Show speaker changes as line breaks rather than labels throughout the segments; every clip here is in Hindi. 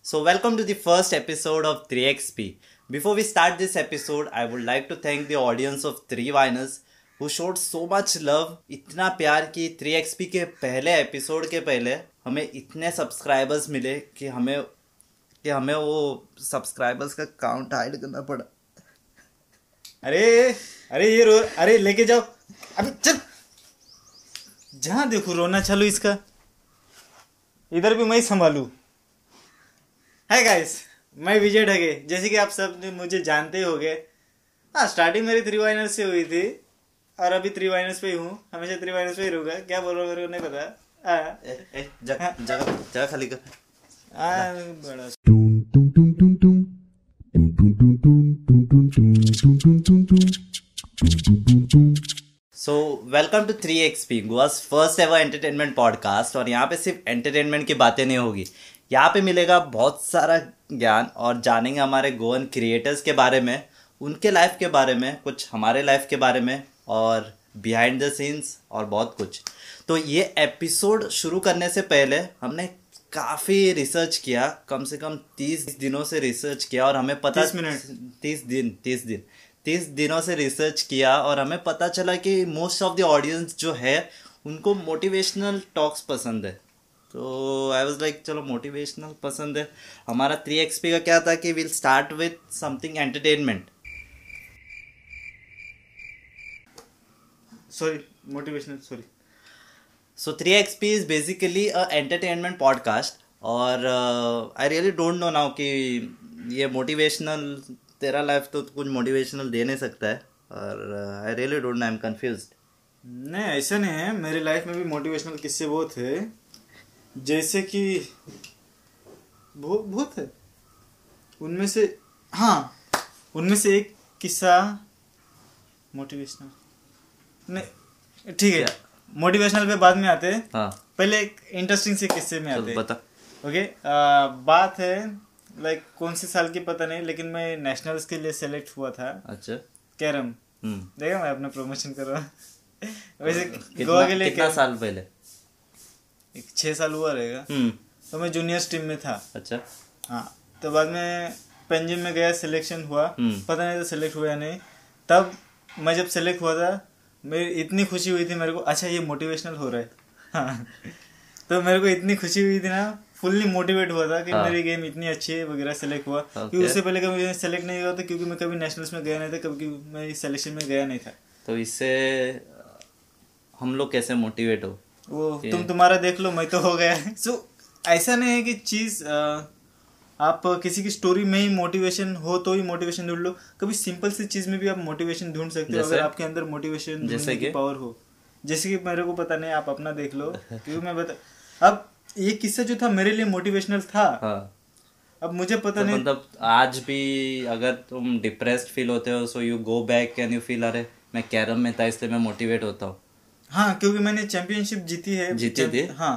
So, welcome to the first episode of 3XP. Before we start this episode, I would like to thank the audience of 3 Viners who showed so much love, इतना प्यार कि 3XP के पहले एपिसोड के पहले हमें इतने सब्सक्राइबर्स मिले कि हमें कि हमें वो सब्सक्राइबर्स का काउंट हाइड करना पड़ा अरे अरे ये रो अरे लेके जाओ अभी चल जहाँ देखो रोना चालू इसका
इधर भी मैं ही संभालू
हाय गाइस मैं विजय ढगे जैसे कि आप सब ने मुझे जानते ही होंगे हाँ स्टार्टिंग मेरी थ्री वाइनर्स से हुई थी और अभी थ्री वाइनर्स पे ही हूँ हमेशा थ्री वाइनर्स पे ही रहूँगा क्या बोल रहा हूँ मेरे को नहीं पता हाँ।
जगह जगह खाली कर
हाँ, बड़ा
Dum dum dum dum dum. Dum dum dum dum dum dum dum dum dum dum dum. Dum dum dum dum.
So welcome to three XP Goa's first ever entertainment podcast और यहाँ पे सिर्फ एंटरटेनमेंट की बातें नहीं होगी यहाँ पे मिलेगा बहुत सारा ज्ञान और जानेंगे हमारे गोवन क्रिएटर्स के बारे में उनके लाइफ के बारे में कुछ हमारे लाइफ के बारे में और बिहाइंड द सीन्स और बहुत कुछ तो ये एपिसोड शुरू करने से पहले हमने काफ़ी रिसर्च किया कम से कम तीस दिनों से रिसर्च किया और हमें पता
30 मिनट।
तीस दिन तीस दिन तीस दिनों से रिसर्च किया और हमें पता चला कि मोस्ट ऑफ द ऑडियंस जो है उनको मोटिवेशनल टॉक्स पसंद है तो आई वॉज लाइक चलो मोटिवेशनल पसंद है हमारा थ्री एक्सपी का क्या था कि will start with something entertainment
sorry motivational sorry
So 3XP is basically a entertainment podcast और uh, I really don't know now कि ये मोटिवेशनल तेरा लाइफ तो कुछ मोटिवेशनल दे नहीं सकता है और uh, I really don't I am confuse
नहीं ऐसा नहीं है मेरे लाइफ में भी मोटिवेशनल किस्से बहुत है जैसे कि बहुत बहुत है उनमें से हाँ उनमें से एक किस्सा मोटिवेशनल नहीं ठीक है मोटिवेशनल पे बाद में आते हैं
हाँ
पहले एक इंटरेस्टिंग से किस्से में आते
चल
हैं
बता
ओके बात है लाइक कौन से साल की पता नहीं लेकिन मैं नेशनल्स के लिए सेलेक्ट हुआ था
अच्छा
कैरम
हम्म
देखा मैं अपना प्रमोशन कर रहा हूँ वैसे
हाँ। कितना
गोवा के लिए
कितना
क्या-
साल पहले
एक छः साल हुआ रहेगा
हम्म
तो मैं जूनियर्स टीम में था
अच्छा
हाँ तो बाद में पंजिम में गया सिलेक्शन हुआ
हम्म।
पता नहीं तो सिलेक्ट हुआ या नहीं तब मैं जब सिलेक्ट हुआ था मेरी इतनी खुशी हुई थी मेरे को अच्छा ये मोटिवेशनल हो रहा है हाँ तो मेरे को इतनी खुशी हुई थी ना फुल्ली मोटिवेट हुआ था कि
हाँ।
मेरी गेम इतनी अच्छी है वगैरह सेलेक्ट हुआ क्योंकि
Okay.
उससे पहले कभी मैं सेलेक्ट नहीं हुआ था क्योंकि मैं कभी नेशनल्स में गया नहीं था कभी मैं सिलेक्शन में गया नहीं था
तो इससे uh, हम लोग कैसे मोटिवेट हो
वो
Okay.
तुम तुम्हारा देख लो मैं तो हो गया सो ऐसा नहीं है कि चीज़ अ, आप किसी की स्टोरी में ही मोटिवेशन हो तो ही मोटिवेशन ढूंढ लो कभी सिंपल सी चीज़ में भी आप मोटिवेशन ढूंढ सकते हो
जैसे?
अगर आपके अंदर मोटिवेशन
जैसे
जैसे की
कि?
पावर हो जैसे कि मेरे को पता नहीं आप अपना देख लो क्योंकि मैं बता अब ये किस्सा जो था मेरे लिए मोटिवेशनल था
हाँ
अब मुझे पता
तो
नहीं
मतलब आज भी अगर तुम डिप्रेस्ड फील होते हो so you go back can you feel अरे मैं कैरम में था इसलिए मैं मोटिवेट होता हूँ
हाँ क्योंकि मैंने चैंपियनशिप जीती है
जीती थी?
हाँ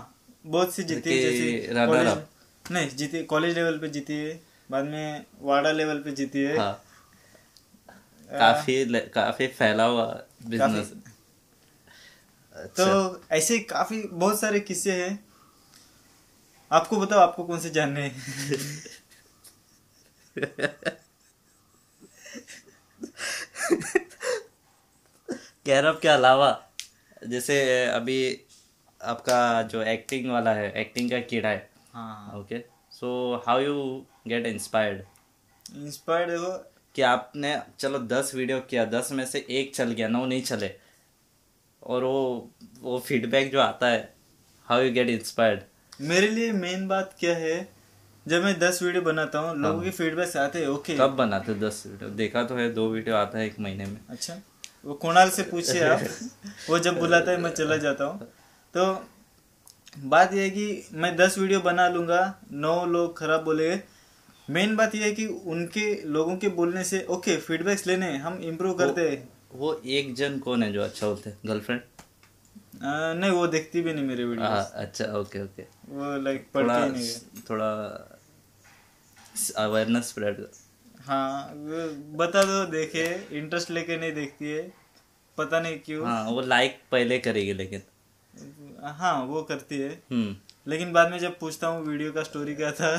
बहुत सी जीती
कि
है जैसे
runner
कॉलेज
up?
नहीं जीती कॉलेज लेवल पे जीती है बाद में वाड़ा लेवल पे जीती है
हाँ काफी ले- काफी फैला हुआ बिजनेस
तो
अच्छा।
ऐसे काफी बहुत सारे किस्से हैं आपको बताओ आपको कौन से जानने हैं
कैरम के अलावा जैसे अभी आपका जो एक्टिंग वाला है एक्टिंग का कीड़ा है
हाँ
okay so how you get inspired
inspired देखो
कि आपने चलो दस वीडियो किया दस में से एक चल गया नौ नहीं चले और वो वो फीडबैक जो आता है हाउ यू गेट इंस्पायर्ड
मेरे लिए मेन बात क्या है जब मैं दस वीडियो बनाता हूँ लोगों
हाँ।
के फीडबैक्स आते हैं ओके
कब बनाते हो दस वीडियो देखा तो है दो वीडियो आता है एक महीने में
अच्छा वो कुणाल से पूछिए आप वो जब बुलाता है मैं चला जाता हूँ तो बात यह है कि मैं दस वीडियो बना लूँगा नौ लोग खराब बोलेंगे मेन बात यह है कि उनके लोगों के बोलने से ओके फीडबैक्स लेने हैं, हम इम्प्रूव करते हैं
वो एक जन कौन है जो अच्छा होता है गर्लफ्रेंड
आ, नहीं वो देखती भी नहीं मेरे वीडियो
अच्छा ओके ओके
वो लाइक पढ़ती ही नहीं है
थोड़ा थोड़ा अवेयरनेस स्प्रेड
हाँ वो बता दो देखे इंटरेस्ट लेके नहीं देखती है पता नहीं क्यों
हाँ वो लाइक पहले करेगी लेकिन
हाँ वो करती है
हम्म
लेकिन बाद में जब पूछता हूँ वीडियो का स्टोरी क्या था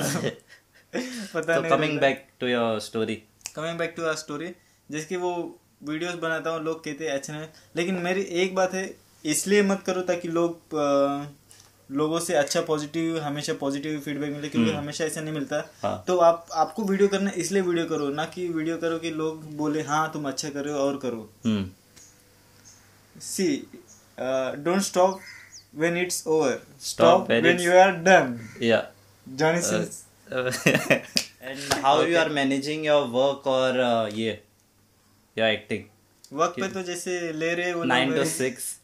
पता
तो
नहीं
coming back to your story
coming back to our story जिसकी वो वीडियोस बनाता हूँ लोग कहते हैं अच्छे नहीं लेकिन मेरी एक बात है इसलिए मत करो ताकि लोग अ, लोगों से अच्छा पॉजिटिव हमेशा पॉजिटिव फीडबैक मिले क्योंकि हमेशा ऐसा नहीं मिलता
हम्म। हाँ।
तो आप आपको वीडियो करना है, इसलिए वीडियो करो ना कि वीडियो करो कि लोग बोले हाँ तुम अच्छा कर रहे हो और करो
हम्म
see don't stop when it's over
Stop
stop
when
when
it's-
you are done
या
Johnny since
and how you are managing your work और ये योर एक्टिंग
वक्त पे तो जैसे ले रहे हो
nine to six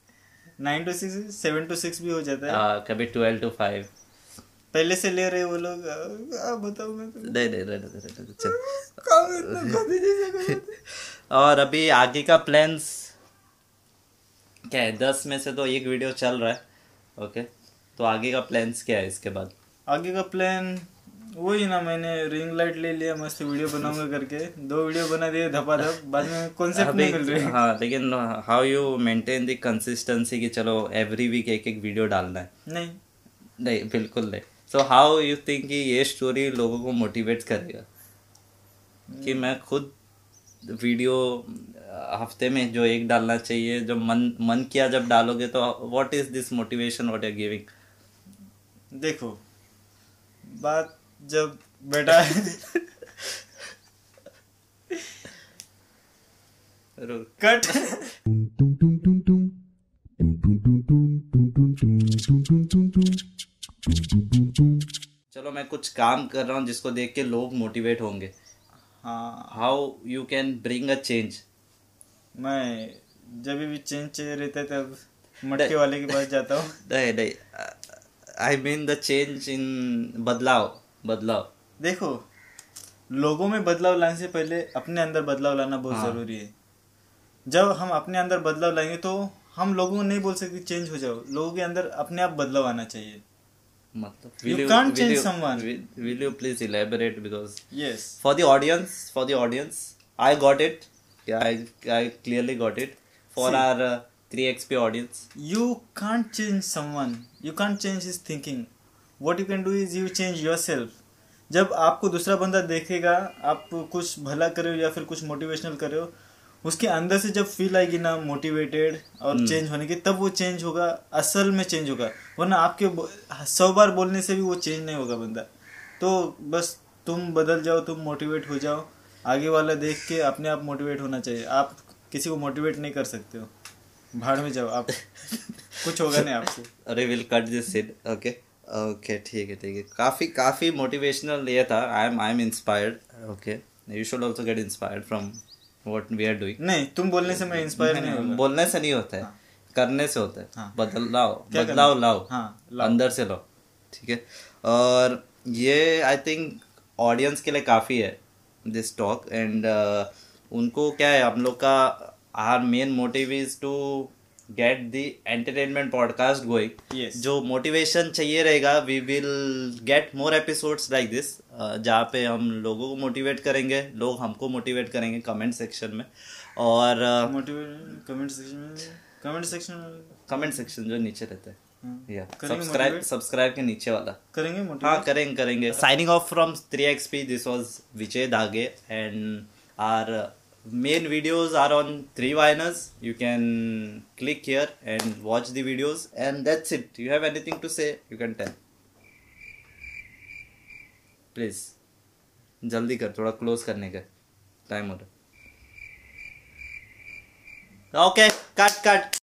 nine to six seven to six भी हो जाता है
uh, कभी ट्वेल्व टू फाइव
पहले से ले रहे वो लोग आ, आ, बताओ मैं तुमको।
नहीं नहीं रहने दे, रहने दे, चल।
काम इतना गंदी चीजें कर रहे थे।
और अभी आगे का प्लान्स क्या है दस में से तो एक वीडियो चल रहा है ओके तो आगे का प्लान्स क्या है इसके बाद
आगे का प्लान वही ना मैंने रिंग लाइट ले लिया मस्त वीडियो बनाऊंगा करके दो वीडियो बना दिए धपाधप बाद में कॉन्सेप्ट
अभी
नहीं मिल रहे
हाँ लेकिन how you maintain the consistency कि चलो एवरी वीक एक एक वीडियो डालना है
नहीं
नहीं बिल्कुल नहीं सो हाउ यू थिंक कि ये स्टोरी लोगों को मोटिवेट करेगा कि मैं खुद वीडियो हफ्ते में जो एक डालना चाहिए जो मन मन किया जब डालोगे तो what is this motivation what are giving
देखो बात जब बेटा कट
चलो मैं कुछ काम कर रहा हूँ जिसको देख के लोग मोटिवेट होंगे
हाँ
how you can bring a change
मैं जब भी चेंज चाहिए रहता है तब मटके वाले के पास जाता हूँ
नहीं नहीं आई मीन द चेंज इन बदलाव बदलाव
देखो लोगों में बदलाव लाने से पहले अपने अंदर बदलाव लाना बहुत
हाँ।
जरूरी है जब हम अपने अंदर बदलाव लाएंगे तो हम लोगों को नहीं बोल सकते चेंज हो जाओ लोगों के अंदर अपने आप बदलाव आना चाहिए
मतलब
You can't change someone.
will, will you please elaborate because
yes
for the audience for the audience I got it yeah I, I clearly got it for
See.
our uh, 3xp audience
you can't change someone you can't change his thinking what you can do is you change yourself जब आपको दूसरा बंदा देखेगा आप कुछ भला कर रहे हो या फिर कुछ मोटिवेशनल कर रहे हो उसके अंदर से जब फील आएगी ना मोटिवेटेड और चेंज होने की तब वो चेंज होगा असल में चेंज होगा वरना आपके बो- सौ बार बोलने से भी वो चेंज नहीं होगा बंदा तो बस तुम बदल जाओ तुम मोटिवेट हो जाओ आगे वाला देख के अपने आप मोटिवेट होना चाहिए आप किसी को मोटिवेट नहीं कर सकते हो भाड़ में जाओ आप कुछ होगा नहीं आपको
अरे will cut this Sid okay okay ठीक है ठीक है काफ़ी काफ़ी मोटिवेशनल ये था I am I am inspired okay you should also get inspired from what we are doing
नहीं तुम बोलने से मैं इंस्पायर नहीं होगा
बोलने से नहीं होता है करने से होता है
हाँ।
बदलाव
क्या
बदलाव
करना?
लाओ
हाँ,
अंदर से लाओ ठीक है और ये आई थिंक ऑडियंस के लिए काफ़ी है दिस टॉक एंड uh, उनको क्या है हम लोग का our main motive is to get the entertainment podcast going
Yes.
जो मोटिवेशन चाहिए रहेगा we will get more episodes like this uh, जहाँ पे हम लोगों को मोटिवेट करेंगे लोग हमको मोटिवेट करेंगे कमेंट सेक्शन में और uh,
मोटिवेट कमेंट सेक्शन में कमेंट सेक्शन में
कमेंट सेक्शन जो नीचे रहता है
हाँ,
या
करेंगे
सब्सक्राइब
motivate?
सब्सक्राइब के नीचे वाला
करेंगे
हाँ
मोटिवेट
करेंगे करेंगे signing off from three X P this was Vijay Dhage and our main videos are on three winners you can click here and watch the videos and that's it you have anything to say you can tell please जल्दी कर थोड़ा क्लोज करने का टाइम हो रहा ओके कट कट